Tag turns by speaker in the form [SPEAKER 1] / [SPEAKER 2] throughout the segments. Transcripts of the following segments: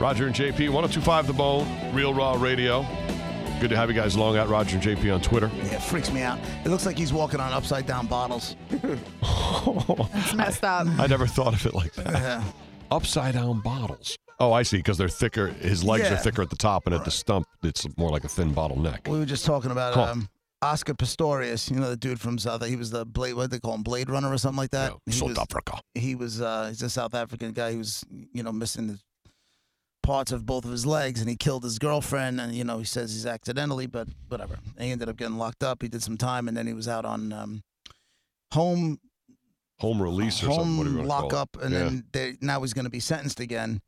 [SPEAKER 1] Roger and JP, 1025 The Bone, Real Raw Radio. Good to have you guys along at Roger and JP on Twitter.
[SPEAKER 2] Yeah, it freaks me out. It looks like he's walking on upside down bottles.
[SPEAKER 3] It's messed up.
[SPEAKER 1] I never thought of it like that. Upside down bottles. Oh, I see, because they're thicker. His legs are
[SPEAKER 2] Yeah.
[SPEAKER 1] thicker at the top, and at the stump, it's more like a thin bottleneck.
[SPEAKER 2] We were just talking about
[SPEAKER 1] Huh.
[SPEAKER 2] um, Oscar Pistorius, you know, the dude from South. He was the blade. What they call him, Blade Runner or something like that.
[SPEAKER 1] Yeah,
[SPEAKER 2] he
[SPEAKER 1] South
[SPEAKER 2] was,
[SPEAKER 1] Africa.
[SPEAKER 2] he was uh, he's a South African guy who was you know missing the parts of both of his legs, and he killed his girlfriend. And you know, he says he's accidentally, but whatever. And he ended up getting locked up. He did some time, and then he was out on um, home
[SPEAKER 1] Home release or something. Whatever you wanna
[SPEAKER 2] home
[SPEAKER 1] call it.
[SPEAKER 2] lockup, and
[SPEAKER 1] Yeah.
[SPEAKER 2] then they, now he's going to be sentenced again.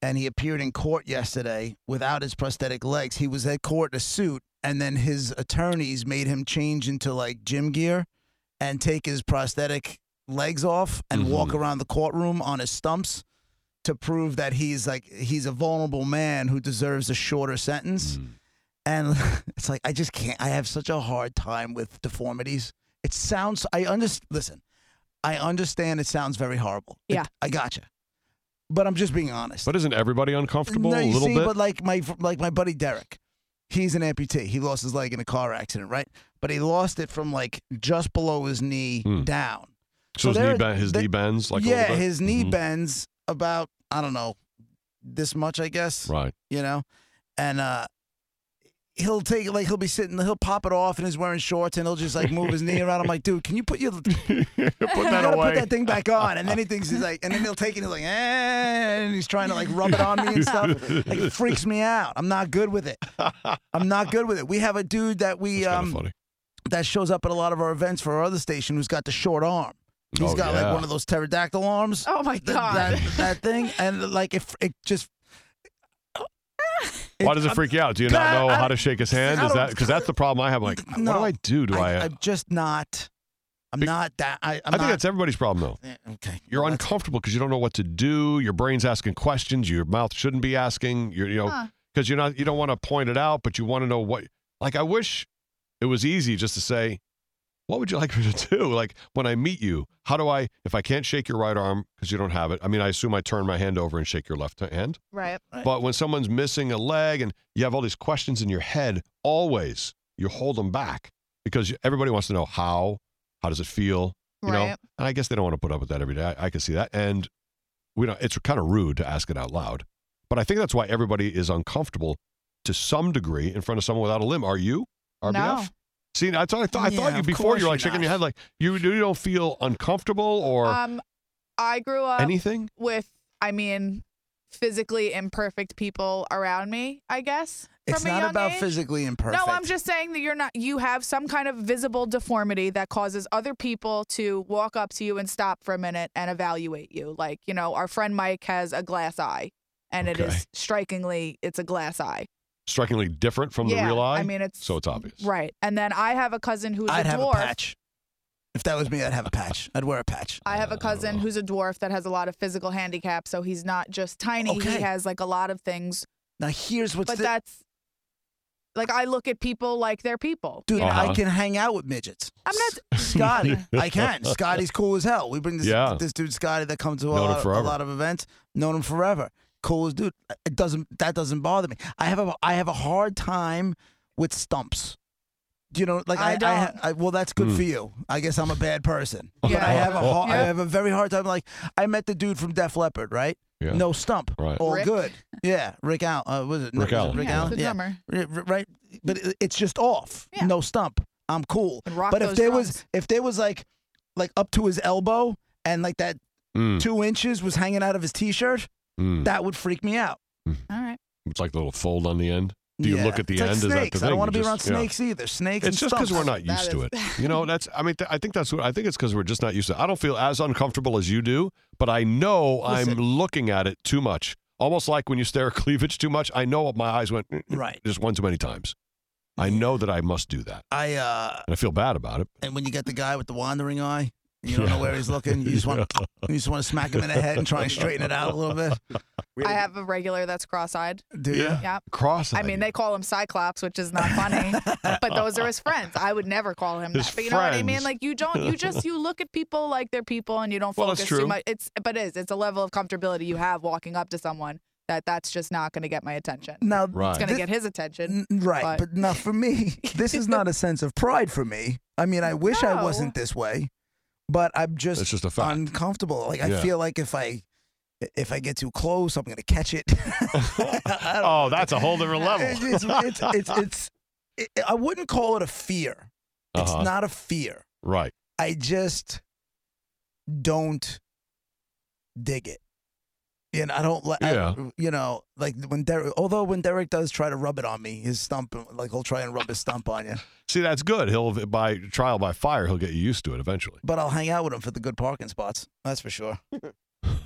[SPEAKER 2] And he appeared in court yesterday without his prosthetic legs. He was at court in a suit, and then his attorneys made him change into like gym gear and take his prosthetic legs off and
[SPEAKER 1] Mm-hmm.
[SPEAKER 2] walk around the courtroom on his stumps to prove that he's like he's a vulnerable man who deserves a shorter sentence.
[SPEAKER 1] Mm.
[SPEAKER 2] And it's like I just can't. I have such a hard time with deformities. It sounds. I understand. Listen, I understand. It sounds very horrible. It-
[SPEAKER 3] Yeah.
[SPEAKER 2] I gotcha. But I'm just being honest.
[SPEAKER 1] But isn't everybody uncomfortable
[SPEAKER 2] no,
[SPEAKER 1] a
[SPEAKER 2] you
[SPEAKER 1] little
[SPEAKER 2] see,
[SPEAKER 1] bit?
[SPEAKER 2] but like my like my buddy Derek, he's an amputee. He lost his leg in a car accident, right? But he lost it from like just below his knee down.
[SPEAKER 1] so his,
[SPEAKER 2] there-
[SPEAKER 1] knee, bend, his
[SPEAKER 2] there-
[SPEAKER 1] knee bends Hmm. like a
[SPEAKER 2] yeah,
[SPEAKER 1] little bit?
[SPEAKER 2] his knee
[SPEAKER 1] Mhm.
[SPEAKER 2] bends about I don't know this much, I guess.
[SPEAKER 1] Right.
[SPEAKER 2] You know, and uh, he'll take it like he'll be sitting, he'll pop it off, and he's wearing shorts, and he'll just like move his knee around. I'm like, dude, can you put your put
[SPEAKER 1] Put
[SPEAKER 2] you
[SPEAKER 1] that
[SPEAKER 2] gotta
[SPEAKER 1] away.
[SPEAKER 2] put that thing back on? And then he thinks he's like, and then he'll take it, and he's like, eh, and he's trying to like rub it on me and stuff. Like it freaks me out. I'm not good with it. I'm not good with it. We have a dude that we
[SPEAKER 1] That's
[SPEAKER 2] um
[SPEAKER 1] kind of funny.
[SPEAKER 2] that shows up at a lot of our events for our other station who's got the short arm. He's
[SPEAKER 1] Oh,
[SPEAKER 2] got
[SPEAKER 1] yeah.
[SPEAKER 2] like one of those pterodactyl arms.
[SPEAKER 3] Oh my
[SPEAKER 2] Th-
[SPEAKER 3] god.
[SPEAKER 2] That, that thing. And like if it just
[SPEAKER 1] Why does it freak you out? Do you not
[SPEAKER 2] I-
[SPEAKER 1] know
[SPEAKER 2] I-
[SPEAKER 1] how to shake his hand?
[SPEAKER 2] I
[SPEAKER 1] Is
[SPEAKER 2] don't-
[SPEAKER 1] that because that's the problem I have? Like, what do
[SPEAKER 2] No.
[SPEAKER 1] I do? Do I? uh, I,
[SPEAKER 2] am just not I'm
[SPEAKER 1] Be-
[SPEAKER 2] not that I I'm
[SPEAKER 1] think that's everybody's problem though.
[SPEAKER 2] that's okay.
[SPEAKER 1] You're
[SPEAKER 2] That's-
[SPEAKER 1] uncomfortable because you don't know what to do. Your brain's asking questions. Your mouth shouldn't be asking. You're, you know,
[SPEAKER 3] Huh.
[SPEAKER 1] because you're not. You don't want to point it out, but you want to know what. Like, I wish it was easy just to say, "What would you like me to do?" Like when I meet you, how do I? If I can't shake your right arm because you don't have it, I mean, I assume I turn my hand over and shake your left hand.
[SPEAKER 3] Right.
[SPEAKER 1] But when someone's missing a leg and you have all these questions in your head, always you hold them back because everybody wants to know how, how does it feel, you know?
[SPEAKER 3] Right.
[SPEAKER 1] And I guess they don't want to put up with that every day. I, I can see that, and we don't. It's kind of rude to ask it out loud, but I think that's why everybody is uncomfortable to some degree in front of someone without a limb. Are you? RBF?
[SPEAKER 3] No.
[SPEAKER 1] See, I thought I, thought I
[SPEAKER 2] Yeah,
[SPEAKER 1] thought you
[SPEAKER 2] of
[SPEAKER 1] before.
[SPEAKER 2] course
[SPEAKER 1] You're like
[SPEAKER 2] you're
[SPEAKER 1] shaking your
[SPEAKER 2] not.
[SPEAKER 1] head, like you, you don't feel uncomfortable or
[SPEAKER 3] Um, I grew up
[SPEAKER 1] anything.
[SPEAKER 3] with, I mean, physically imperfect people around me. I guess. From
[SPEAKER 2] it's
[SPEAKER 3] a
[SPEAKER 2] not
[SPEAKER 3] young
[SPEAKER 2] about
[SPEAKER 3] age.
[SPEAKER 2] physically imperfect.
[SPEAKER 3] No, I'm just saying that you're not. You have some kind of visible deformity that causes other people to walk up to you and stop for a minute and evaluate you. Like you know, our friend Mike has a glass eye, and it
[SPEAKER 1] Okay.
[SPEAKER 3] is strikingly, it's a glass eye.
[SPEAKER 1] Strikingly different from
[SPEAKER 3] yeah,
[SPEAKER 1] the real eye.
[SPEAKER 3] I mean, it's
[SPEAKER 1] so it's obvious.
[SPEAKER 3] right. And then I have a cousin who's
[SPEAKER 2] I'd
[SPEAKER 3] a
[SPEAKER 2] have
[SPEAKER 3] dwarf.
[SPEAKER 2] a patch. If that was me, I'd have a patch. I'd wear a patch.
[SPEAKER 3] I
[SPEAKER 1] Uh, I
[SPEAKER 3] have a
[SPEAKER 1] don't
[SPEAKER 3] cousin
[SPEAKER 1] know.
[SPEAKER 3] who's a dwarf that has a lot of physical handicap, so he's not just tiny.
[SPEAKER 2] Okay.
[SPEAKER 3] He has like a lot of things.
[SPEAKER 2] Now here's what's
[SPEAKER 3] but
[SPEAKER 2] the,
[SPEAKER 3] that's like I look at people like they're people.
[SPEAKER 2] dude,
[SPEAKER 3] you know?
[SPEAKER 1] Uh-huh.
[SPEAKER 2] I can hang out with midgets.
[SPEAKER 3] I'm not
[SPEAKER 2] Scotty. I can. Scotty's cool as hell. We bring this
[SPEAKER 1] Yeah.
[SPEAKER 2] this dude Scotty that comes to a
[SPEAKER 1] Known him
[SPEAKER 2] lot, a
[SPEAKER 1] forever.
[SPEAKER 2] lot of events. Known him forever. Cool as dude. It doesn't that doesn't bother me. I have a I have a hard time with stumps. Do You know, like
[SPEAKER 3] I
[SPEAKER 2] I, I, ha- I well, that's
[SPEAKER 1] Hmm.
[SPEAKER 2] good for you. I guess I'm a bad person. But
[SPEAKER 3] Yeah.
[SPEAKER 2] I have a har I
[SPEAKER 3] Yeah.
[SPEAKER 2] have a very hard time. Like I met the dude from Def Leppard, right?
[SPEAKER 1] Yeah.
[SPEAKER 2] No stump.
[SPEAKER 1] Right.
[SPEAKER 2] All
[SPEAKER 3] Rick.
[SPEAKER 2] good. Yeah. Rick Allen. Uh, was it? no,
[SPEAKER 1] Rick
[SPEAKER 2] was it
[SPEAKER 1] Allen.
[SPEAKER 2] Rick
[SPEAKER 3] Yeah,
[SPEAKER 2] Allen.
[SPEAKER 3] the drummer.
[SPEAKER 2] R- r- right? But it, it's just off.
[SPEAKER 3] Yeah.
[SPEAKER 2] No stump. I'm cool.
[SPEAKER 3] And rock
[SPEAKER 2] but if
[SPEAKER 3] those
[SPEAKER 2] there was
[SPEAKER 3] drums.
[SPEAKER 2] if there was like like up to his elbow and like that
[SPEAKER 1] Mm,
[SPEAKER 2] two inches was hanging out of his t-shirt,
[SPEAKER 1] mm.
[SPEAKER 2] that would freak me out.
[SPEAKER 3] all right.
[SPEAKER 1] It's like the little fold on the end. Do you look
[SPEAKER 2] Yeah.
[SPEAKER 1] at the
[SPEAKER 2] It's like
[SPEAKER 1] end? Is that
[SPEAKER 2] snakes.
[SPEAKER 1] the thing?
[SPEAKER 2] I don't
[SPEAKER 1] You
[SPEAKER 2] want to be
[SPEAKER 1] just-
[SPEAKER 2] around
[SPEAKER 1] yeah.
[SPEAKER 2] snakes either. Snakes.
[SPEAKER 1] It's
[SPEAKER 2] and
[SPEAKER 1] just because we're
[SPEAKER 2] stumps.
[SPEAKER 1] not
[SPEAKER 3] That
[SPEAKER 1] used to
[SPEAKER 3] is-
[SPEAKER 1] it. You know, that's. I mean, th- I think that's what. I think it's because we're just not used to. it. I don't feel as uncomfortable as you do, but I know I'm looking at it too much. Almost like when you stare at cleavage too much. I know my eyes went "Mm, mm,"
[SPEAKER 2] Right.
[SPEAKER 1] just one too many times. I know that I must do that,
[SPEAKER 2] I uh,
[SPEAKER 1] and I feel bad about it.
[SPEAKER 2] and when you get the guy with the wandering eye, you don't know
[SPEAKER 1] Yeah.
[SPEAKER 2] where he's looking. You just want
[SPEAKER 1] Yeah.
[SPEAKER 2] you just want to smack him in the head and try and straighten it out a little bit.
[SPEAKER 4] We
[SPEAKER 3] I
[SPEAKER 4] had a-
[SPEAKER 3] have a regular that's cross-eyed.
[SPEAKER 2] Do you?
[SPEAKER 1] Yeah.
[SPEAKER 3] Yeah.
[SPEAKER 1] Cross.
[SPEAKER 3] I mean, they call him Cyclops, which is not funny, but those are his friends. I would never call him
[SPEAKER 1] His
[SPEAKER 3] that. But you know what I mean?
[SPEAKER 1] friends.
[SPEAKER 3] Like you don't, you just you look at people like they're people, and you don't
[SPEAKER 1] Well,
[SPEAKER 3] focus
[SPEAKER 1] that's true.
[SPEAKER 3] too much. It's but it is it's a level of comfortability you have walking up to someone that that's just not going to get my attention.
[SPEAKER 2] Now,
[SPEAKER 1] Right.
[SPEAKER 3] It's going to
[SPEAKER 2] This-
[SPEAKER 3] get his attention.
[SPEAKER 2] N- right,
[SPEAKER 3] but-
[SPEAKER 2] but not for me. This is not a sense of pride for me. I mean, I wish I
[SPEAKER 3] No.
[SPEAKER 2] wasn't this way, but I'm just
[SPEAKER 1] It's just a fact.
[SPEAKER 2] uncomfortable. Like I
[SPEAKER 1] Yeah.
[SPEAKER 2] feel like if I if I get too close, I'm gonna catch it. I don't-
[SPEAKER 1] oh, that's a whole different level.
[SPEAKER 2] It's, it's, it's, it's, it, I wouldn't call it a fear. It's
[SPEAKER 1] Uh-huh.
[SPEAKER 2] not a fear.
[SPEAKER 1] right.
[SPEAKER 2] I just don't dig it. And I don't like,
[SPEAKER 1] Yeah.
[SPEAKER 2] you know, like when Derek, although when Derek does try to rub it on me, his stump, like he'll try and rub his stump on you,
[SPEAKER 1] See, that's good. He'll by trial by fire, he'll get you used to it eventually.
[SPEAKER 2] but I'll hang out with him for the good parking spots. That's for sure. what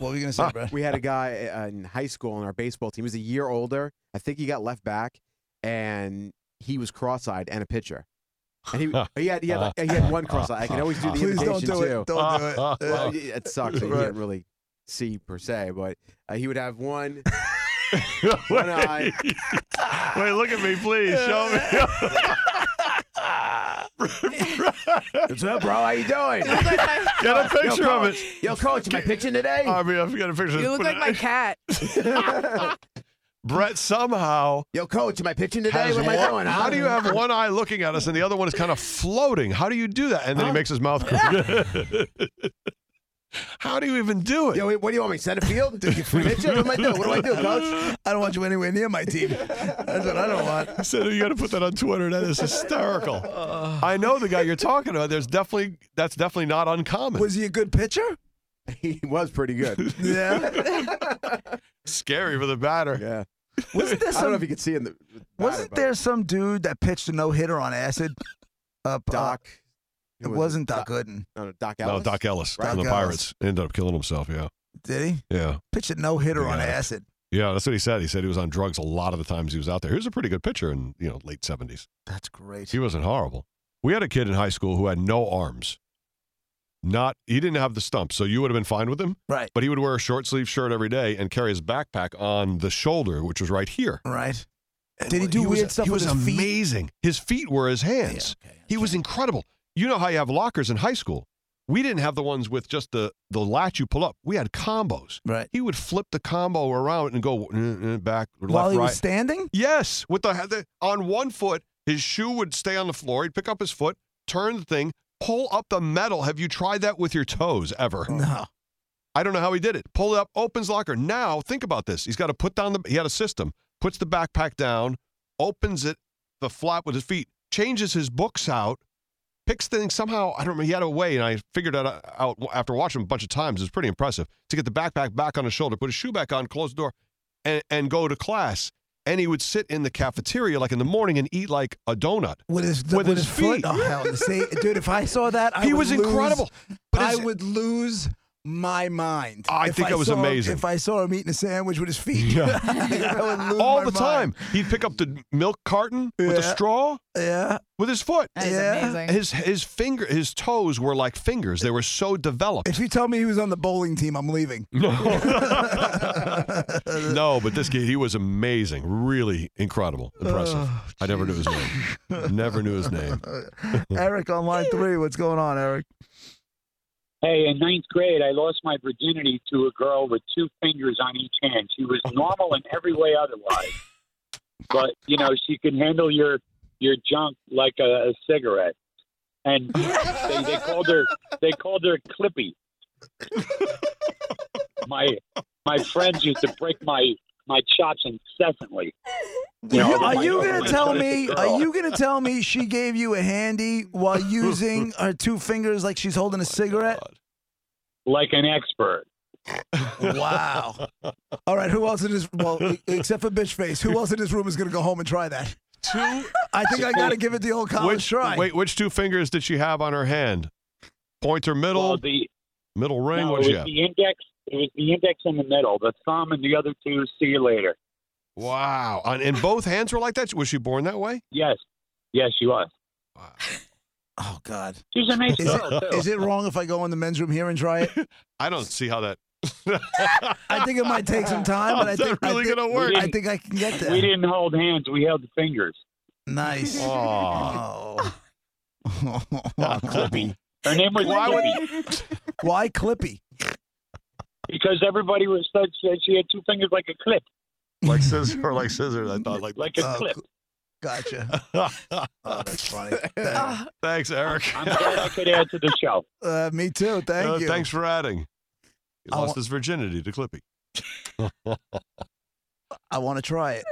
[SPEAKER 2] were you going to say, bro?
[SPEAKER 4] we had a guy uh, in high school on our baseball team. He was a year older. I think he got left back, and he was cross-eyed and a pitcher. And he he had he had, like, he had one cross-eyed. I can always do the
[SPEAKER 2] Please don't
[SPEAKER 4] imitation
[SPEAKER 2] do
[SPEAKER 4] too.
[SPEAKER 2] it. Don't do it.
[SPEAKER 1] Uh,
[SPEAKER 4] Well, y- it sucks. that You
[SPEAKER 2] Right.
[SPEAKER 4] can't really see per se, but uh, he would have one. One eye.
[SPEAKER 1] Wait, look at me, please. Show me.
[SPEAKER 4] What's up, bro? How you doing?
[SPEAKER 3] You look like my,
[SPEAKER 1] Get a
[SPEAKER 4] Yo,
[SPEAKER 1] picture of
[SPEAKER 4] coach.
[SPEAKER 1] it. Um,
[SPEAKER 4] Yo, coach, am I pitching today?
[SPEAKER 1] I mean, I've got a picture.
[SPEAKER 3] you look like my cat.
[SPEAKER 1] Brett somehow
[SPEAKER 4] Yo, coach, am I pitching today?
[SPEAKER 1] has
[SPEAKER 4] What am
[SPEAKER 1] one-
[SPEAKER 4] I doing?
[SPEAKER 1] How
[SPEAKER 4] huh?
[SPEAKER 1] do you have one eye looking at us and the other one is kind of floating? How do you do that? And then he
[SPEAKER 4] Huh?
[SPEAKER 1] makes his mouth. crooked. how do you even do it?
[SPEAKER 4] Yo, wait, what do you want me? Center field? Did you pitcher? What am I doing? What do I do, coach?
[SPEAKER 2] I don't want you anywhere near my team. That's what I don't want.
[SPEAKER 1] I said, you got to put that on Twitter. That is hysterical. I know the guy you're talking about. There's definitely that's definitely not uncommon.
[SPEAKER 2] Was he a good pitcher?
[SPEAKER 4] He was pretty good.
[SPEAKER 2] Yeah.
[SPEAKER 1] Scary for the batter.
[SPEAKER 4] Yeah.
[SPEAKER 2] Wasn't there
[SPEAKER 4] I don't know if
[SPEAKER 2] some?
[SPEAKER 4] you could see in the.
[SPEAKER 2] Wasn't there some dude that pitched a no hitter on acid? Up uh,
[SPEAKER 4] Doc?
[SPEAKER 2] it wasn't Doc Gooden,
[SPEAKER 4] No, no, Doc
[SPEAKER 1] No,
[SPEAKER 4] Ellis.
[SPEAKER 1] Doc Ellis
[SPEAKER 4] Right.
[SPEAKER 1] from the
[SPEAKER 2] Doc Ellis.
[SPEAKER 1] Pirates ended up killing himself. Yeah,
[SPEAKER 2] did he?
[SPEAKER 1] yeah,
[SPEAKER 2] Pitched a no hitter on
[SPEAKER 1] Yeah.
[SPEAKER 2] acid.
[SPEAKER 1] yeah. That's what he said. He said he was on drugs a lot of the times he was out there. He was a pretty good pitcher in you know late seventies.
[SPEAKER 2] That's great.
[SPEAKER 1] He wasn't horrible. We had a kid in high school who had no arms. Not he didn't have the stump, so you would have been fine with him.
[SPEAKER 2] Right.
[SPEAKER 1] But he would wear a short sleeve shirt every day and carry his backpack on the shoulder, which was right here.
[SPEAKER 2] Right.
[SPEAKER 1] And
[SPEAKER 2] Did he do
[SPEAKER 1] was-
[SPEAKER 2] weird stuff
[SPEAKER 1] He
[SPEAKER 2] with
[SPEAKER 1] was
[SPEAKER 2] his feet?
[SPEAKER 1] amazing. His feet were his
[SPEAKER 2] Yeah,
[SPEAKER 1] hands.
[SPEAKER 2] okay.
[SPEAKER 1] He was incredible. You know how you have lockers in high school? We didn't have the ones with just the the latch you pull up. We had combos.
[SPEAKER 2] Right.
[SPEAKER 1] He would flip the combo around and go mm, mm, back, left,
[SPEAKER 2] While he
[SPEAKER 1] right.
[SPEAKER 2] was standing?
[SPEAKER 1] yes, with the, the on one foot, his shoe would stay on the floor. He'd pick up his foot, turn the thing, pull up the metal. Have you tried that with your toes ever?
[SPEAKER 2] No.
[SPEAKER 1] I don't know how he did it. Pull it up, opens locker. Now think about this. He's got to put down the. He had a system. Puts the backpack down, opens it, the flap with his feet, changes his books out, picks things somehow. I don't remember. He had a way, and I figured that out after watching him a bunch of times. It was pretty impressive to get the backpack back on his shoulder, put his shoe back on, close the door, and and go to class. And he would sit in the cafeteria like in the morning and eat like a donut.
[SPEAKER 2] With his
[SPEAKER 1] With his
[SPEAKER 2] foot.
[SPEAKER 1] feet.
[SPEAKER 2] Oh hell! See, dude, if I saw that, I
[SPEAKER 1] he
[SPEAKER 2] would
[SPEAKER 1] was
[SPEAKER 2] lose-
[SPEAKER 1] incredible. But
[SPEAKER 2] I
[SPEAKER 1] his-
[SPEAKER 2] would lose my mind.
[SPEAKER 1] I
[SPEAKER 2] If
[SPEAKER 1] think it was
[SPEAKER 2] saw him-
[SPEAKER 1] amazing.
[SPEAKER 2] if I saw him eating a sandwich with his feet,
[SPEAKER 1] Yeah.
[SPEAKER 2] I would lose
[SPEAKER 1] all the
[SPEAKER 2] my mind.
[SPEAKER 1] time, he'd pick up the milk carton with a
[SPEAKER 2] Yeah.
[SPEAKER 1] straw
[SPEAKER 2] Yeah.
[SPEAKER 1] with his foot.
[SPEAKER 3] That is
[SPEAKER 2] Yeah.
[SPEAKER 3] amazing.
[SPEAKER 1] His his finger his toes were like fingers. They were so developed.
[SPEAKER 2] If you tell me he was on the bowling team, I'm leaving.
[SPEAKER 1] No. no, but this kid he was amazing. Really incredible. Impressive.
[SPEAKER 2] Oh,
[SPEAKER 1] I never knew his name. never knew his name.
[SPEAKER 2] Eric on line three. What's going on, Eric?
[SPEAKER 5] Hey, in ninth grade, I lost my virginity to a girl with two fingers on each hand. She was normal in every way otherwise, but you know she could handle your your junk like a, a cigarette. And they, they called her they called her Clippy. My my friends used to break my my chops incessantly. You know, over
[SPEAKER 2] are
[SPEAKER 5] my-
[SPEAKER 2] you
[SPEAKER 5] over
[SPEAKER 2] gonna
[SPEAKER 5] my
[SPEAKER 2] tell
[SPEAKER 5] choice of
[SPEAKER 2] me?
[SPEAKER 5] girl.
[SPEAKER 2] Are you gonna tell me she gave you a handy while using her two fingers like she's
[SPEAKER 5] Oh
[SPEAKER 2] holding a cigarette?
[SPEAKER 5] like an expert?
[SPEAKER 2] Wow. All right. Who else in this? Well, e- except for bitch face. Who else in this room is gonna go home and try that?
[SPEAKER 1] Two
[SPEAKER 2] I think I gotta give it the old college
[SPEAKER 1] which,
[SPEAKER 2] try.
[SPEAKER 1] Wait, which two fingers did she have on her hand? Pointer, middle,
[SPEAKER 5] Well, the
[SPEAKER 1] middle ring.
[SPEAKER 5] no,
[SPEAKER 1] what
[SPEAKER 5] it
[SPEAKER 1] did she
[SPEAKER 5] was
[SPEAKER 1] have?
[SPEAKER 5] the index It was the index in the middle, the thumb and the other two. See you later.
[SPEAKER 1] Wow. And, and both hands were like that? Was she born that way?
[SPEAKER 5] Yes, yes, she was.
[SPEAKER 1] Wow.
[SPEAKER 2] Oh God.
[SPEAKER 5] She was a nice
[SPEAKER 2] Is
[SPEAKER 1] Oh,
[SPEAKER 5] girl
[SPEAKER 2] it,
[SPEAKER 5] too.
[SPEAKER 2] is it wrong if I go in the men's room here and try it?
[SPEAKER 1] I don't see how that.
[SPEAKER 2] I think it might take some time, but I
[SPEAKER 1] How's that
[SPEAKER 2] think I
[SPEAKER 1] really
[SPEAKER 2] think,
[SPEAKER 1] gonna work?
[SPEAKER 2] I think I can get
[SPEAKER 5] we
[SPEAKER 2] there.
[SPEAKER 5] didn't hold hands. We held fingers.
[SPEAKER 2] Nice.
[SPEAKER 1] Aw.
[SPEAKER 2] Oh. Clippy.
[SPEAKER 5] Her name was
[SPEAKER 1] Why would-
[SPEAKER 5] Libby
[SPEAKER 2] Why Clippy?
[SPEAKER 5] because everybody was said, said she had two fingers like a clip,
[SPEAKER 1] like scissors or like scissors. I thought like,
[SPEAKER 5] like a
[SPEAKER 2] Oh,
[SPEAKER 5] clip.
[SPEAKER 2] cool. Gotcha. Oh, that's funny.
[SPEAKER 3] Ah,
[SPEAKER 1] Thanks, Eric.
[SPEAKER 5] I'm glad I could add to the show.
[SPEAKER 2] Uh, me too. Thank
[SPEAKER 1] Uh,
[SPEAKER 2] you.
[SPEAKER 1] Thanks for adding. He
[SPEAKER 2] I
[SPEAKER 1] lost
[SPEAKER 2] want-
[SPEAKER 1] his virginity to Clippy.
[SPEAKER 2] I want to try it.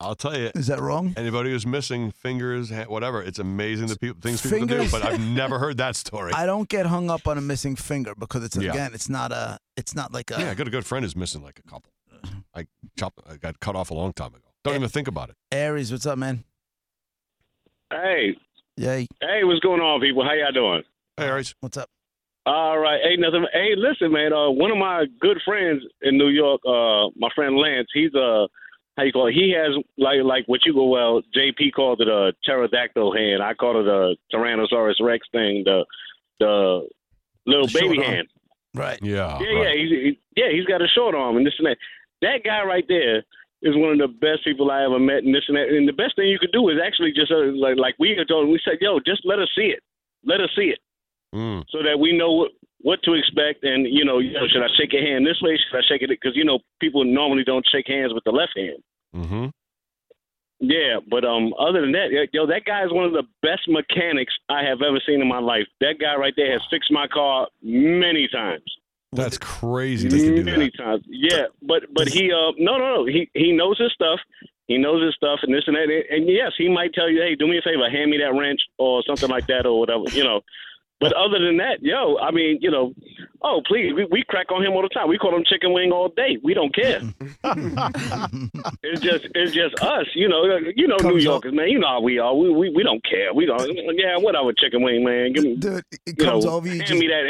[SPEAKER 1] I'll tell you.
[SPEAKER 2] Is that wrong?
[SPEAKER 1] Anybody who's missing fingers, ha- whatever, it's amazing the people things people do.
[SPEAKER 2] Fingers-
[SPEAKER 1] But I've never heard that story.
[SPEAKER 2] I uh, don't get hung up on a missing finger because it's
[SPEAKER 1] Yeah.
[SPEAKER 2] again, it's not a, it's not like a.
[SPEAKER 1] yeah, I got a good friend who's missing like a couple.
[SPEAKER 2] Uh-huh.
[SPEAKER 1] I chopped. I got cut off a long time ago. Don't even think about it.
[SPEAKER 2] Aries, what's up, man?
[SPEAKER 6] Hey,
[SPEAKER 2] Yay,
[SPEAKER 6] hey, what's going on, people? How y'all doing?
[SPEAKER 1] Hey, Aries.
[SPEAKER 2] what's up?
[SPEAKER 6] All right, hey, nothing. Hey, listen, man. Uh, one of my good friends in New York, uh, my friend Lance. He's uh, how you call it? He has like like what you go well. JP called it a pterodactyl hand. I call it a Tyrannosaurus Rex thing. The the little
[SPEAKER 2] The short
[SPEAKER 6] baby
[SPEAKER 2] arm. Oh,
[SPEAKER 6] hand.
[SPEAKER 2] Right.
[SPEAKER 1] Yeah.
[SPEAKER 6] Yeah,
[SPEAKER 1] right.
[SPEAKER 6] yeah, he's, he, yeah. He's got a short arm and this and that. That guy right there is one of the best people I ever met, and this and that. And the best thing you could do is actually just uh, like like we had told him. We said, "Yo, just let us see it. Let us see it,
[SPEAKER 1] Mm.
[SPEAKER 6] so that we know what what to expect." And you know, you know, should I shake your hand this way? Should I shake it? Because you know, people normally don't shake hands with the left hand.
[SPEAKER 1] hmm
[SPEAKER 6] Yeah, but um, other than that, yeah, yo, that guy is one of the best mechanics I have ever seen in my life. That guy right there has fixed my car many times.
[SPEAKER 1] That's crazy. They can do
[SPEAKER 6] many
[SPEAKER 1] that.
[SPEAKER 6] times. Yeah, but but he uh no no no he he knows his stuff. He knows his stuff and this and that. And yes, he might tell you, hey, do me a favor, hand me that wrench or something like that or whatever, you know. But other than that, yo, I mean, you know, oh please, we, we crack on him all the time. We call him chicken wing all day. We don't care. It's just it's just us, you know. You know, New
[SPEAKER 2] Comes up-
[SPEAKER 6] Yorkers, man. You know how we are. We we, we don't care. We don't. Yeah, whatever, chicken wing, man. Give me,
[SPEAKER 2] Dude, it
[SPEAKER 6] you know,
[SPEAKER 2] comes over you.
[SPEAKER 6] hand
[SPEAKER 2] Just,
[SPEAKER 6] me that.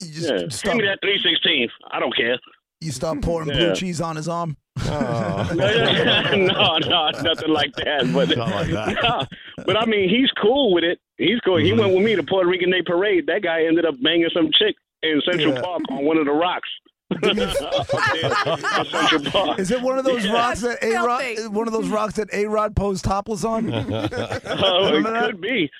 [SPEAKER 2] you just
[SPEAKER 6] Yeah.
[SPEAKER 2] stop,
[SPEAKER 6] Hand me that three sixteen. I don't care.
[SPEAKER 2] you stop pouring blue
[SPEAKER 6] Yeah.
[SPEAKER 2] cheese on his arm. Oh.
[SPEAKER 6] no, no, no, nothing like that. But
[SPEAKER 1] Not like that.
[SPEAKER 6] No, but I mean, he's cool with it. He's cool.
[SPEAKER 2] Mm-hmm.
[SPEAKER 6] He went with me to Puerto Rican Day Parade. That guy ended up banging some chick in Central
[SPEAKER 2] Yeah.
[SPEAKER 6] Park on one of the rocks.
[SPEAKER 2] Give me a-
[SPEAKER 6] Up there in Central Park.
[SPEAKER 2] Is it one of those
[SPEAKER 6] Yeah.
[SPEAKER 2] rocks that A Rod?
[SPEAKER 3] Filthy.
[SPEAKER 2] One of those rocks that A Rod posed topless on?
[SPEAKER 6] Oh, it
[SPEAKER 2] Remember that?
[SPEAKER 6] could be.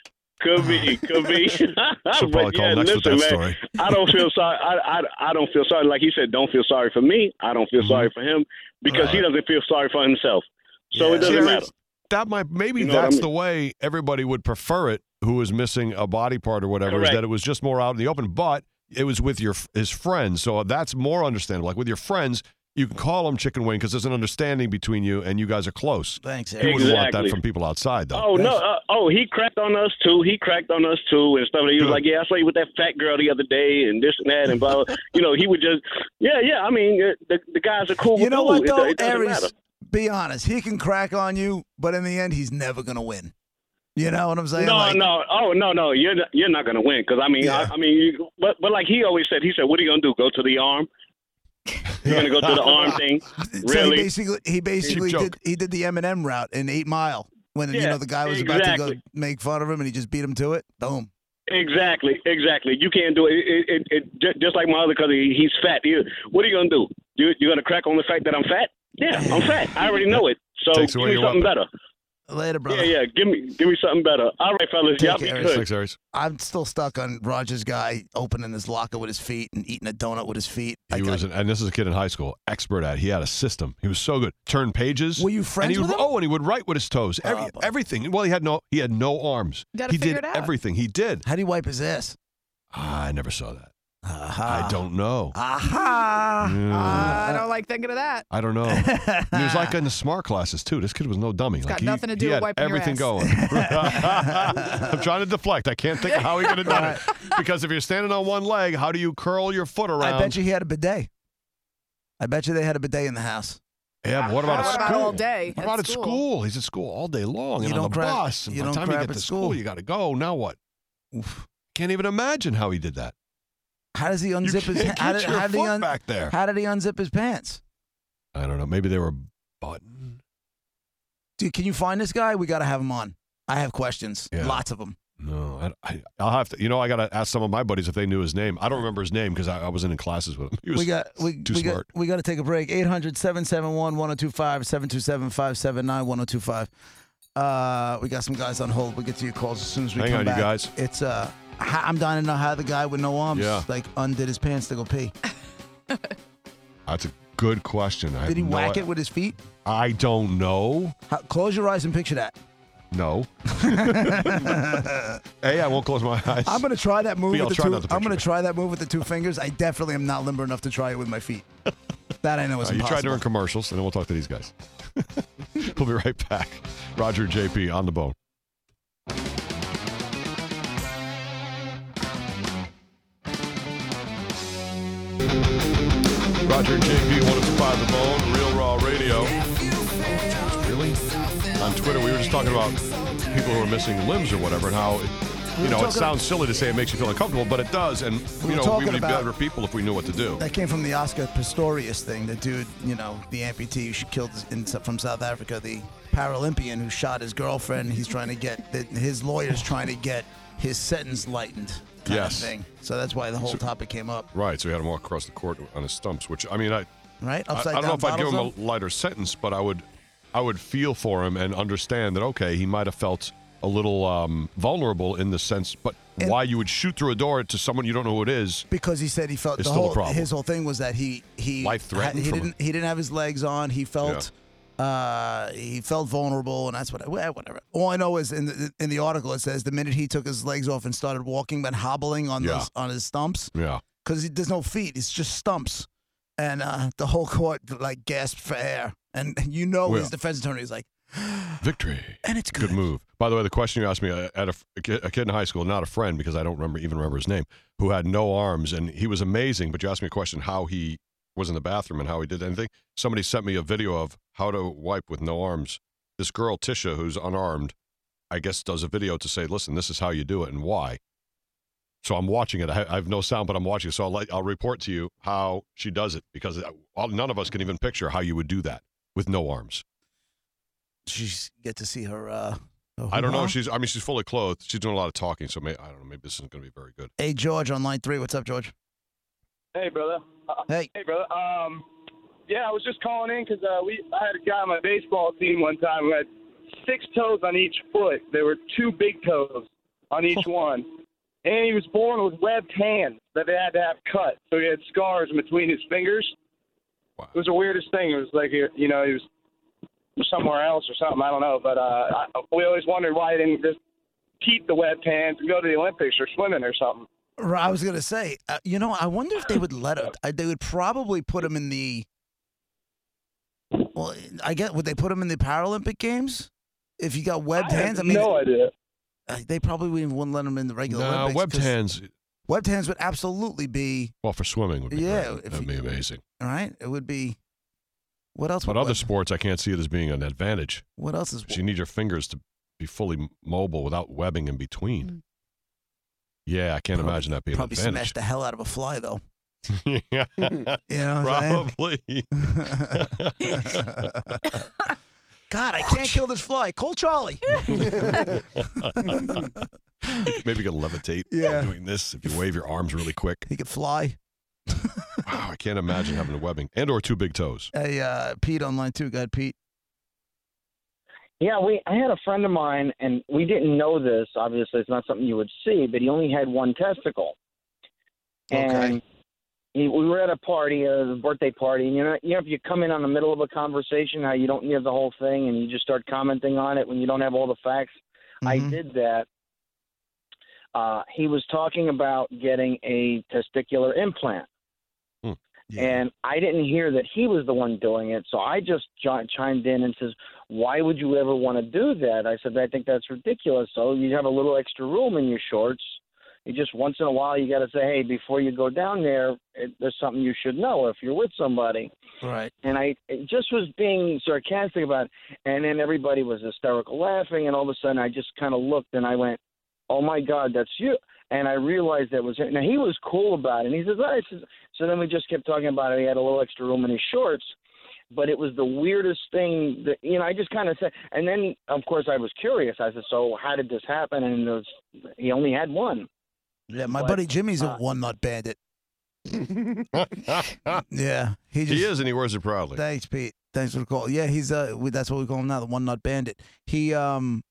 [SPEAKER 6] Could be, could be.
[SPEAKER 1] Should
[SPEAKER 6] But
[SPEAKER 1] probably call next with that
[SPEAKER 6] listen, man,
[SPEAKER 1] story.
[SPEAKER 6] I don't feel sorry. I, I I don't feel sorry. Like he said, don't feel sorry for me. I don't
[SPEAKER 2] Mm-hmm.
[SPEAKER 6] feel sorry for him because he doesn't feel sorry for himself. So
[SPEAKER 2] Yeah.
[SPEAKER 6] it doesn't
[SPEAKER 1] Jerry,
[SPEAKER 6] matter.
[SPEAKER 1] That might maybe
[SPEAKER 6] You know what I
[SPEAKER 1] that's
[SPEAKER 6] mean?
[SPEAKER 1] the way everybody would prefer it. Who is missing a body part or whatever? Is
[SPEAKER 6] Correct.
[SPEAKER 1] that it was just more out in the open, but it was with your his friends, so that's more understandable. Like with your friends, you can call them chicken wing because there's an understanding between you and you guys are close.
[SPEAKER 2] Thanks,
[SPEAKER 1] You
[SPEAKER 2] Eric.
[SPEAKER 1] wouldn't want that
[SPEAKER 6] Exactly.
[SPEAKER 1] from people outside, though.
[SPEAKER 6] Oh no! Uh, oh, he cracked on us too. He cracked on us too, and stuff. And he was
[SPEAKER 1] Good.
[SPEAKER 6] like, "Yeah, I saw you with that fat girl the other day, and this and that, and blah." blah." you know, he would just, yeah, yeah. I mean, uh, the the guys are cool.
[SPEAKER 2] You know
[SPEAKER 6] cool.
[SPEAKER 2] what
[SPEAKER 6] It-
[SPEAKER 2] though,
[SPEAKER 6] it doesn't
[SPEAKER 2] Aries?
[SPEAKER 6] matter.
[SPEAKER 2] Be honest. He can crack on you, but in the end, he's never gonna win. You know what I'm saying?
[SPEAKER 6] No,
[SPEAKER 2] Like,
[SPEAKER 6] no, oh no, no. You're not, you're not gonna win because I mean,
[SPEAKER 2] Yeah.
[SPEAKER 6] I, I mean, you, but but like he always said, he said, "What are you gonna do? Go to the arm? You're gonna go to the arm thing?
[SPEAKER 2] So he
[SPEAKER 6] Really?
[SPEAKER 2] basically, he basically
[SPEAKER 1] joke.
[SPEAKER 2] did he did the Eminem route in Eight Mile when you
[SPEAKER 6] Yeah,
[SPEAKER 2] know the guy was about to go
[SPEAKER 6] exactly.
[SPEAKER 2] make fun of him and he just beat him to it. Boom.
[SPEAKER 6] Exactly, exactly. You can't do it. it, it, it, it ju- just like my other cousin, he, he's fat. You, what are you gonna do? You, you gonna crack on the fact that I'm fat? Yeah, I'm fat. I already know it. So
[SPEAKER 1] Takes
[SPEAKER 6] give
[SPEAKER 1] away
[SPEAKER 6] me
[SPEAKER 1] your
[SPEAKER 6] something
[SPEAKER 1] weapon.
[SPEAKER 6] better.
[SPEAKER 2] Later, brother.
[SPEAKER 6] Yeah, yeah. Give me, give me something better. All right, fellas,
[SPEAKER 2] Take
[SPEAKER 6] y'all be
[SPEAKER 2] care.
[SPEAKER 6] good.
[SPEAKER 1] Thanks, Aries.
[SPEAKER 2] I'm still stuck on Roger's guy opening his locker with his feet and eating a donut with his feet.
[SPEAKER 1] He
[SPEAKER 2] I- I-
[SPEAKER 1] was, an, and this is a kid in high school, expert at. it. He had a system. He was so good. Turn pages.
[SPEAKER 2] Were you
[SPEAKER 1] and
[SPEAKER 2] friends
[SPEAKER 1] he
[SPEAKER 2] with
[SPEAKER 1] would,
[SPEAKER 2] him?
[SPEAKER 1] Oh, and he would write with his toes. Every,
[SPEAKER 2] Oh, boy.
[SPEAKER 1] everything. Well, he had no he had no arms.
[SPEAKER 3] Gotta
[SPEAKER 1] he
[SPEAKER 3] figure
[SPEAKER 1] did
[SPEAKER 3] it out.
[SPEAKER 1] everything. He did.
[SPEAKER 2] How do you wipe his ass?
[SPEAKER 1] Ah, I never saw that.
[SPEAKER 2] Aha.
[SPEAKER 1] I don't know.
[SPEAKER 3] Ah.
[SPEAKER 2] Aha.
[SPEAKER 1] uh,
[SPEAKER 3] I don't like thinking of that.
[SPEAKER 1] I don't know. And he was like in the smart classes too. This kid was no dummy. like
[SPEAKER 3] got
[SPEAKER 1] he,
[SPEAKER 3] nothing to
[SPEAKER 1] he
[SPEAKER 3] do with
[SPEAKER 1] had
[SPEAKER 3] wiping your
[SPEAKER 1] everything
[SPEAKER 3] ass.
[SPEAKER 1] going. I'm trying to deflect. I can't think of how he could have done it because if you're standing on one leg, how do you curl your foot around?
[SPEAKER 2] I bet you he had a bidet. I bet you they had a bidet in the house.
[SPEAKER 1] Yeah, but what about
[SPEAKER 3] What
[SPEAKER 1] at
[SPEAKER 3] about
[SPEAKER 1] school?
[SPEAKER 3] all day
[SPEAKER 1] What
[SPEAKER 3] at
[SPEAKER 1] about at
[SPEAKER 3] school?
[SPEAKER 1] school? He's at school all day long
[SPEAKER 2] You
[SPEAKER 1] and on
[SPEAKER 2] don't
[SPEAKER 1] the
[SPEAKER 2] grab-
[SPEAKER 1] bus. And
[SPEAKER 2] you
[SPEAKER 1] by the
[SPEAKER 2] don't
[SPEAKER 1] time you
[SPEAKER 2] grab
[SPEAKER 1] get
[SPEAKER 2] at
[SPEAKER 1] to
[SPEAKER 2] school.
[SPEAKER 1] you got to go. Now what?
[SPEAKER 2] Oof.
[SPEAKER 1] Can't even imagine how he did that.
[SPEAKER 2] How does he
[SPEAKER 1] You
[SPEAKER 2] unzip his?
[SPEAKER 1] can't
[SPEAKER 2] How
[SPEAKER 1] get
[SPEAKER 2] did,
[SPEAKER 1] your
[SPEAKER 2] how did he
[SPEAKER 1] foot
[SPEAKER 2] un-
[SPEAKER 1] back there.
[SPEAKER 2] How did he unzip his pants?
[SPEAKER 1] I don't know. Maybe they were button.
[SPEAKER 2] Dude, can you find this guy? We got to have him on. I have questions.
[SPEAKER 1] Yeah.
[SPEAKER 2] Lots of them.
[SPEAKER 1] No, I, I, I'll have to. You know, I got to ask some of my buddies if they knew his name. I don't remember his name because I, I wasn't in classes with him. He was
[SPEAKER 2] we got we,
[SPEAKER 1] too
[SPEAKER 2] we
[SPEAKER 1] smart.
[SPEAKER 2] got we got to take a break. 800-771-1025-727-579-1025. Uh, we got some guys on hold. We'll get to your calls as soon as we
[SPEAKER 1] Hang
[SPEAKER 2] come
[SPEAKER 1] on, you
[SPEAKER 2] back.
[SPEAKER 1] guys.
[SPEAKER 2] It's uh how- I'm dying to know how the guy with no arms
[SPEAKER 1] Yeah.
[SPEAKER 2] like undid his pants to go pee.
[SPEAKER 1] That's a good question. I
[SPEAKER 2] Did he
[SPEAKER 1] have no,
[SPEAKER 2] whack it with his feet?
[SPEAKER 1] I don't know.
[SPEAKER 2] How, close your eyes and picture that.
[SPEAKER 1] No. hey, I won't close my eyes.
[SPEAKER 2] I'm gonna try that move.
[SPEAKER 1] Yeah, I'll
[SPEAKER 2] with the
[SPEAKER 1] try
[SPEAKER 2] two,
[SPEAKER 1] not to
[SPEAKER 2] I'm gonna
[SPEAKER 1] picture it.
[SPEAKER 2] try that move with the two fingers. I definitely am not limber enough to try it with my feet. That I know is
[SPEAKER 1] Uh, you tried
[SPEAKER 2] impossible.
[SPEAKER 1] during commercials, and then we'll talk to these guys. we'll be right back. Roger and JP on the bone. Roger and JP, 1025 The Bone, Real Raw Radio. Really? On Twitter, we were just talking about people who are missing limbs or whatever, and how, you know, it
[SPEAKER 2] talking-
[SPEAKER 1] sounds silly to say it makes you feel uncomfortable, but it does. And,
[SPEAKER 2] We
[SPEAKER 1] you
[SPEAKER 2] were
[SPEAKER 1] know, we
[SPEAKER 2] talking
[SPEAKER 1] would be
[SPEAKER 2] about-
[SPEAKER 1] better people if we knew what to do.
[SPEAKER 2] That came from the Oscar Pistorius thing. The dude, you know, the amputee who killed in, from South Africa, the Paralympian who shot his girlfriend. He's trying to get that his lawyer's trying to get his sentence lightened. Kind
[SPEAKER 1] Yes.
[SPEAKER 2] Of thing. So that's why the whole topic came up,
[SPEAKER 1] Right, so we had him walk across the court on his stumps, which, I mean, I.
[SPEAKER 2] right?
[SPEAKER 1] I, I don't know if I'd give him a lighter sentence, but I would, I would feel for him and understand that okay, he might have felt a little um, vulnerable in the sense, but
[SPEAKER 2] And-
[SPEAKER 1] why you would shoot through a door to someone you don't know who it is?
[SPEAKER 2] because he said he felt
[SPEAKER 1] It's
[SPEAKER 2] the
[SPEAKER 1] still a
[SPEAKER 2] whole
[SPEAKER 1] problem.
[SPEAKER 2] his whole thing was that he he
[SPEAKER 1] Life threatened
[SPEAKER 2] He
[SPEAKER 1] from
[SPEAKER 2] didn't he didn't have his legs on. He felt uh, he felt vulnerable, and that's what well, whatever. All I know is in the in the article it says the minute he took his legs off and started walking but hobbling on
[SPEAKER 1] Yeah.
[SPEAKER 2] those on his stumps
[SPEAKER 1] Yeah,
[SPEAKER 2] because there's no feet, it's just stumps, and uh, the whole court like gasped for air, and you know
[SPEAKER 1] Well-
[SPEAKER 2] his defense attorney is like,
[SPEAKER 1] victory.
[SPEAKER 2] and it's good.
[SPEAKER 1] Good move. By the way, the question you asked me I had a, a kid a kid in high school, not a friend because I don't remember even remember his name, who had no arms and he was amazing. But you asked me a question how he was in the bathroom and how he did anything. Somebody sent me a video of how to wipe with no arms. This girl Tisha, who's unarmed, I guess does a video to say, "Listen, this is how you do it and why." So I'm watching it. I, I have no sound, but I'm watching. it. So I'll let, I'll report to you how she does it because I, all- none of us can even picture how you would do that with no arms.
[SPEAKER 2] She's get to see her. Uh, her
[SPEAKER 1] I don't know.
[SPEAKER 2] hoo-ha.
[SPEAKER 1] if She's. I mean, she's fully clothed. She's doing a lot of talking. So may I don't know. Maybe this isn't going to be very good.
[SPEAKER 2] Hey George on line three, what's up, George?
[SPEAKER 7] Hey, brother. Uh,
[SPEAKER 2] Hey.
[SPEAKER 7] Hey, brother. Um, yeah, I was just calling in because uh, we I had a guy on my baseball team one time who had six toes on each foot. There were two big toes on each one, and he was born with webbed hands that they had to have cut, so he had scars in between his fingers.
[SPEAKER 1] Wow.
[SPEAKER 7] It was the weirdest thing. It was like you know he was somewhere else or something. I don't know, but uh, I, we always wondered why he didn't just keep the webbed hands and go to the Olympics or swimming or something.
[SPEAKER 2] Right, I was gonna say, uh, you know, I wonder if they would let him. I, they would probably put him in the. Well, I get would they put him in the Paralympic games? If you got webbed
[SPEAKER 7] I
[SPEAKER 2] hands, I
[SPEAKER 7] have
[SPEAKER 2] mean,
[SPEAKER 7] no idea.
[SPEAKER 2] uh, they probably wouldn't, even let him in the regular
[SPEAKER 1] Nah,
[SPEAKER 2] Olympics.
[SPEAKER 1] webbed
[SPEAKER 2] 'cause
[SPEAKER 1] hands.
[SPEAKER 2] Webbed hands would absolutely be
[SPEAKER 1] Well, for swimming would be.
[SPEAKER 2] Yeah,
[SPEAKER 1] great.
[SPEAKER 2] if
[SPEAKER 1] that'd
[SPEAKER 2] you-
[SPEAKER 1] be amazing.
[SPEAKER 2] all right. It would be. What else?
[SPEAKER 1] But
[SPEAKER 2] would
[SPEAKER 1] other
[SPEAKER 2] web-
[SPEAKER 1] sports, I can't see it as being an advantage.
[SPEAKER 2] What else is?
[SPEAKER 1] So you need your fingers to be fully mobile without webbing in between.
[SPEAKER 3] Mm.
[SPEAKER 1] Yeah, I can't
[SPEAKER 2] Probably-
[SPEAKER 1] imagine that being an
[SPEAKER 2] probably
[SPEAKER 1] advantage.
[SPEAKER 2] smash the hell out of a fly though.
[SPEAKER 1] yeah,
[SPEAKER 2] You know what I'm
[SPEAKER 1] probably.
[SPEAKER 2] saying? God, I can't kill this fly. Call Charlie.
[SPEAKER 1] Maybe you could levitate.
[SPEAKER 2] Yeah.
[SPEAKER 1] doing this if you wave your arms really quick.
[SPEAKER 2] He could fly.
[SPEAKER 1] Wow, I can't imagine having a webbing and or two big toes.
[SPEAKER 2] Hey, uh, Pete on line two. Go ahead, Pete.
[SPEAKER 8] Yeah, we I had a friend of mine and we didn't know this, obviously it's not something you would see, but he only had one testicle. And he, we were at a party, a birthday party, and you know you know if you come in on the middle of a conversation how you don't hear the whole thing and you just start commenting on it when you don't have all the facts. I
[SPEAKER 2] Mhm.
[SPEAKER 8] did that. Uh, he was talking about getting a testicular implant.
[SPEAKER 1] Hmm.
[SPEAKER 8] And I didn't hear that he was the one doing it, so I just j- chimed in and says, "Why would you ever want to do that?" I said, "I think that's ridiculous." So you have a little extra room in your shorts. You just once in a while you got to say, "Hey, before you go down there, it, there's something you should know if you're with somebody."
[SPEAKER 2] Right.
[SPEAKER 8] and I it just was being sarcastic about it. And then everybody was hysterical laughing, and all of a sudden I just kind of looked and I went, "Oh my God, that's you!" And I realized that was him. Now he was cool about it. And he says, "All right." Says, so then we just kept talking about it. He had a little extra room in his shorts, but it was the weirdest thing that you know. I just kind of said, and then of course I was curious. I said, "So how did this happen?" And it was, he only had one.
[SPEAKER 2] Yeah, my
[SPEAKER 8] But,
[SPEAKER 2] buddy Jimmy's a
[SPEAKER 8] uh,
[SPEAKER 2] one nut bandit.
[SPEAKER 1] he
[SPEAKER 2] Yeah, he just
[SPEAKER 1] is, and he wears it proudly.
[SPEAKER 2] Thanks, Pete. Thanks for the call. Yeah, he's uh, we, that's what we call him now, the one nut bandit. He um,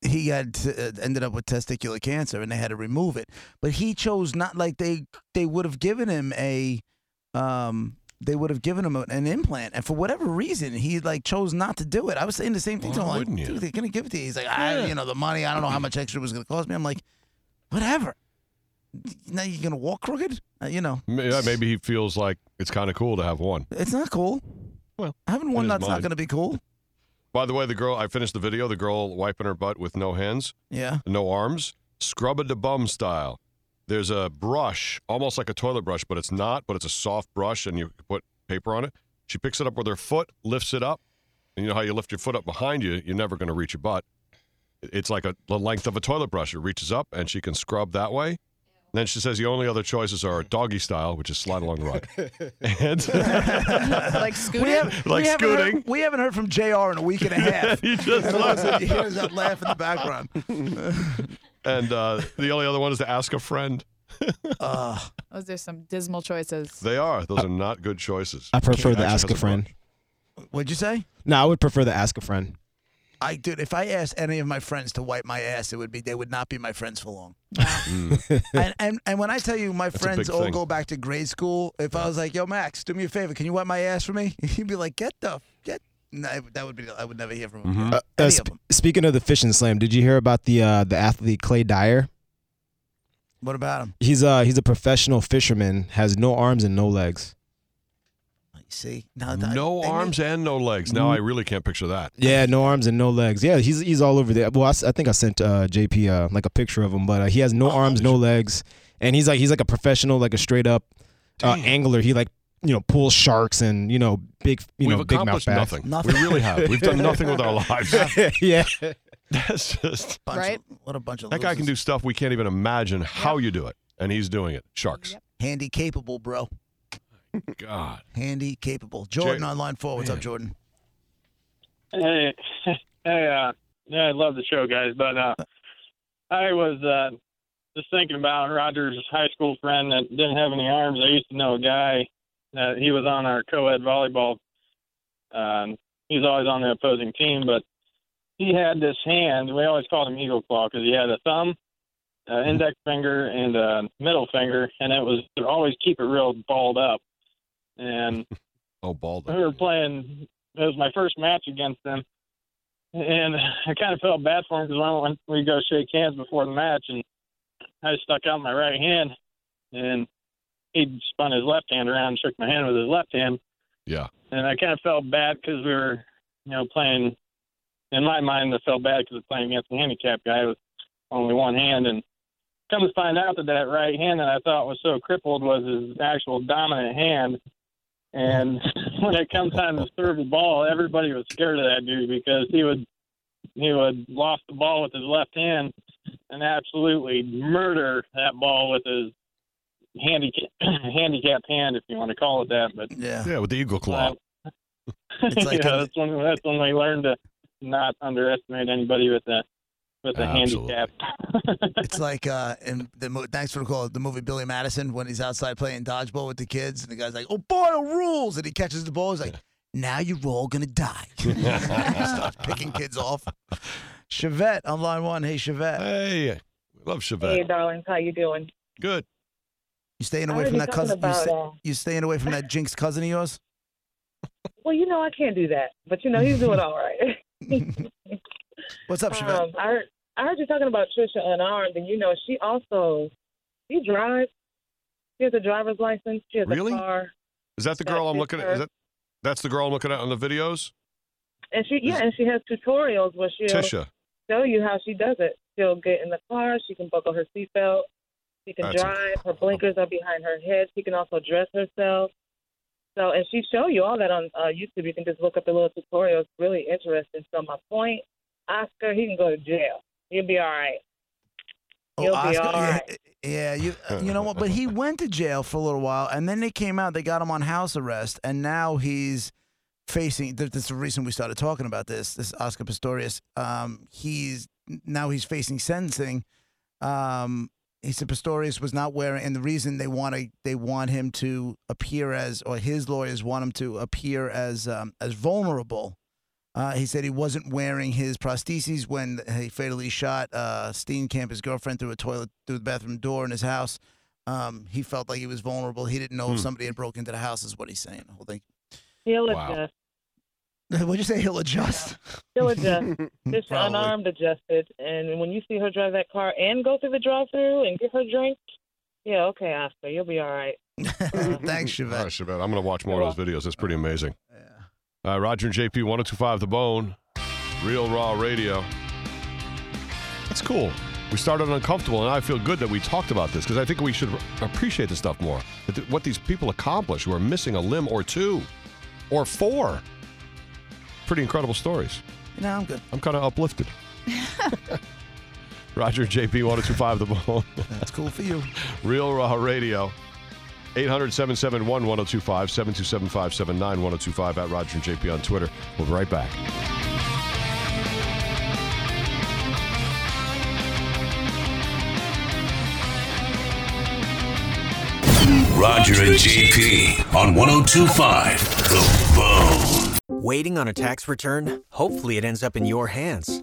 [SPEAKER 2] he had t- uh, ended up with testicular cancer, and they had to remove it. But he chose not like they they would have given him a um, they would have given him a- an implant, and for whatever reason, he like chose not to do it. I was saying the same thing to
[SPEAKER 1] Why
[SPEAKER 2] him, like,
[SPEAKER 1] wouldn't you?
[SPEAKER 2] dude, they're gonna give it to you. He's like, I, you know, the money. I don't know how much extra it was gonna cost me. I'm like, whatever. Now you're gonna walk crooked, uh, you know.
[SPEAKER 1] May- yeah, Maybe he feels like it's kind of cool to have one.
[SPEAKER 2] It's not cool.
[SPEAKER 1] Well,
[SPEAKER 2] having
[SPEAKER 1] it
[SPEAKER 2] one
[SPEAKER 1] is
[SPEAKER 2] nut's
[SPEAKER 1] mine.
[SPEAKER 2] not gonna be cool.
[SPEAKER 1] By the way, the girl, I finished the video, the girl wiping her butt with no hands,
[SPEAKER 2] Yeah.
[SPEAKER 1] no arms, scrub a da bum style. There's a brush, almost like a toilet brush, but it's not, but it's a soft brush and you put paper on it. She picks it up with her foot, lifts it up. And you know how you lift your foot up behind you, you're never going to reach your butt. It's like a, the length of a toilet brush. It reaches up and she can scrub that way. Then she says the only other choices are doggy style, which is slide along the rug. And
[SPEAKER 3] like scooting.
[SPEAKER 2] We have,
[SPEAKER 1] Like
[SPEAKER 2] we haven't heard-
[SPEAKER 1] scooting.
[SPEAKER 2] we haven't heard from JR in a week and a half.
[SPEAKER 1] he just
[SPEAKER 2] and all of a
[SPEAKER 1] loves
[SPEAKER 2] sudden you hear that laugh in the background.
[SPEAKER 1] And uh, the only other one is to ask a friend.
[SPEAKER 2] Uh,
[SPEAKER 3] Those are some dismal choices.
[SPEAKER 1] They are. Those are not good choices.
[SPEAKER 9] I prefer
[SPEAKER 1] Actually
[SPEAKER 9] the ask
[SPEAKER 1] has
[SPEAKER 9] a friend.
[SPEAKER 2] what'd you say?
[SPEAKER 9] No, I would prefer the ask a friend.
[SPEAKER 2] I dude, if I asked any of my friends to wipe my ass, it would be they would not be my friends for long. Mm. and, and and when I tell you my
[SPEAKER 1] a
[SPEAKER 2] friends
[SPEAKER 1] big
[SPEAKER 2] all
[SPEAKER 1] thing.
[SPEAKER 2] go back to grade school, if I was like, "Yo, Max, do me a favor, can you wipe my ass for me?" He'd be like, "Get the get." No, that would be I would never hear from him. again.
[SPEAKER 9] Uh, uh,
[SPEAKER 2] Any of
[SPEAKER 9] sp-
[SPEAKER 2] them.
[SPEAKER 9] speaking of the fishing slam, did you hear about the uh, the athlete Clay Dyer?
[SPEAKER 2] What about him?
[SPEAKER 9] He's uh he's a professional fisherman, has no arms and no legs.
[SPEAKER 2] You see, now that-
[SPEAKER 1] No
[SPEAKER 2] they make-
[SPEAKER 1] arms and no legs.
[SPEAKER 9] Mm.
[SPEAKER 1] Now I really can't picture that.
[SPEAKER 9] Yeah, no arms and no legs. Yeah, he's he's all over there. Well, I, s- I think I sent uh, JP uh, like a picture of him, but uh, he has no
[SPEAKER 1] Oh,
[SPEAKER 9] arms, no legs, and he's like he's like a professional, like a straight up uh, angler. He like you know pulls sharks and you know big you
[SPEAKER 1] We've
[SPEAKER 9] know big mouth
[SPEAKER 1] accomplished
[SPEAKER 9] bass.
[SPEAKER 1] nothing.
[SPEAKER 2] Nothing.
[SPEAKER 1] We really have. We've done nothing with our lives.
[SPEAKER 9] yeah,
[SPEAKER 1] That's just
[SPEAKER 2] bunch of-
[SPEAKER 3] Right?
[SPEAKER 2] what a bunch of
[SPEAKER 1] that guy can do
[SPEAKER 2] losers.
[SPEAKER 1] stuff we can't even imagine how you do it, and he's doing it. Sharks.
[SPEAKER 2] handy capable, bro.
[SPEAKER 1] God.
[SPEAKER 2] Handy capable. Jordan on line four. What's up,
[SPEAKER 1] Man.
[SPEAKER 2] Jordan?
[SPEAKER 7] Hey, hey, uh, yeah, I love the show, guys, but uh, I was uh, just thinking about Roger's high school friend that didn't have any arms. I used to know a guy that he was on our co-ed volleyball. Um, he was always on the opposing team, but he had this hand. We always called him Eagle Claw because he had a thumb, uh, index finger, and a middle finger, and it was to always keep it real balled up. And
[SPEAKER 1] Oh, bald.
[SPEAKER 10] Mm.
[SPEAKER 7] we were playing. It was my first match against them, and I kind of felt bad for him because when I went, we go shake hands before the match, and I stuck out my right hand, and he spun his left hand around and shook my hand with his left hand,
[SPEAKER 1] Yeah.
[SPEAKER 7] and I kind of felt bad because we were, you know, playing. In my mind, I felt bad because playing against a handicapped guy with only one hand, and come to find out that that right hand that I thought was so crippled was his actual dominant hand. And when it comes time to serve the ball, everybody was scared of that dude because he would he would loft the ball with his left hand and absolutely murder that ball with his handicap handicapped hand, if you want to call it that. But
[SPEAKER 2] Yeah.
[SPEAKER 1] Yeah, with the eagle claw.
[SPEAKER 7] um,
[SPEAKER 2] It's like
[SPEAKER 7] yeah,
[SPEAKER 2] a-
[SPEAKER 7] that's when that's when we learned to not underestimate anybody with a with a
[SPEAKER 1] Absolutely.
[SPEAKER 7] handicap.
[SPEAKER 2] It's like uh, in the mo- thanks for the call. The movie Billy Madison when he's outside playing dodgeball with the kids, and the guy's like, "Oh, boy, rules!" and he catches the ball. He's like, "Now you're all gonna die." he starts picking kids off. Chevette on line one. Hey, Chevette,
[SPEAKER 1] Hey, we love
[SPEAKER 10] uh, Hey,
[SPEAKER 1] Chevette.
[SPEAKER 10] darlings, how you doing?
[SPEAKER 1] Good.
[SPEAKER 2] you staying
[SPEAKER 10] I
[SPEAKER 2] away
[SPEAKER 10] heard
[SPEAKER 2] from
[SPEAKER 10] you
[SPEAKER 2] that
[SPEAKER 10] talking
[SPEAKER 2] cousin? You,
[SPEAKER 10] about,
[SPEAKER 2] sta-
[SPEAKER 10] uh,
[SPEAKER 2] you staying away from that Jinx cousin of yours?
[SPEAKER 10] well, you know I can't do that, but you know he's doing all right.
[SPEAKER 2] What's up, Chevette?
[SPEAKER 10] um, I heard, I heard you talking about Trisha unarmed, and you know she also she drives. She has a driver's license. She has
[SPEAKER 1] Really?
[SPEAKER 10] a car,
[SPEAKER 1] Is that the
[SPEAKER 10] That
[SPEAKER 1] girl I'm
[SPEAKER 10] is
[SPEAKER 1] looking at? Is
[SPEAKER 10] her.
[SPEAKER 1] that that's the girl I'm looking at on the videos?
[SPEAKER 10] and she yeah, and she has tutorials where she'll
[SPEAKER 1] Tisha.
[SPEAKER 10] show you how she does it. She'll get in the car. She can buckle her seatbelt. She can
[SPEAKER 1] That's
[SPEAKER 10] drive. Her
[SPEAKER 1] incredible.
[SPEAKER 10] blinkers are behind her head. She can also dress herself. So, and she show you all that on uh, YouTube. You can just look up the little tutorial. It's really interesting. So, my point, Oscar, he can go to jail. He'll be all right. You'll be all
[SPEAKER 2] Oh, yeah, eh,
[SPEAKER 10] right.
[SPEAKER 2] yeah, you uh, you know what? But he went to jail for a little while, and then they came out. They got him on house arrest, and now he's facing. th- That's the reason we started talking about this. This Oscar Pistorius. Um, he's now he's facing sentencing. Um, he said Pistorius was not wearing, and the reason they want to they want him to appear as, or his lawyers want him to appear as um, as vulnerable. Uh, he said he wasn't wearing his prostheses when he fatally shot uh, Steenkamp, his girlfriend, through a toilet through the bathroom door in his house. Um, he felt like he was vulnerable. He didn't know if
[SPEAKER 1] Hmm.
[SPEAKER 2] somebody had broken into the house. Is what he's saying. The whole thing.
[SPEAKER 10] He'll
[SPEAKER 1] Wow.
[SPEAKER 10] adjust.
[SPEAKER 2] What'd you say? He'll adjust.
[SPEAKER 10] He'll adjust. Just
[SPEAKER 2] Probably.
[SPEAKER 10] unarmed adjusted. And when you see her drive that car and go through the drive through and get her drink, yeah, okay, Oscar, you'll be all right.
[SPEAKER 2] Thanks,
[SPEAKER 1] All right,
[SPEAKER 2] Chevette.
[SPEAKER 1] Chevette, I'm going to watch more of those videos. That's pretty amazing. Uh, Roger and JP, 1025 The Bone, Real Raw Radio. That's cool. We started uncomfortable, and I feel good that we talked about this because I think we should appreciate this stuff more. That th- What these people accomplish who are missing a limb or two or four. Pretty incredible stories.
[SPEAKER 2] No, I'm good.
[SPEAKER 1] I'm kind of uplifted. Roger and JP, 1025 The Bone.
[SPEAKER 2] That's cool for you.
[SPEAKER 1] Real Raw Radio. 800 771 1025 727 579 1025 at Roger and JP on Twitter. We'll be right back.
[SPEAKER 11] Roger and JP on 1025 The Bone.
[SPEAKER 12] Waiting on a tax return? Hopefully, it ends up in your hands.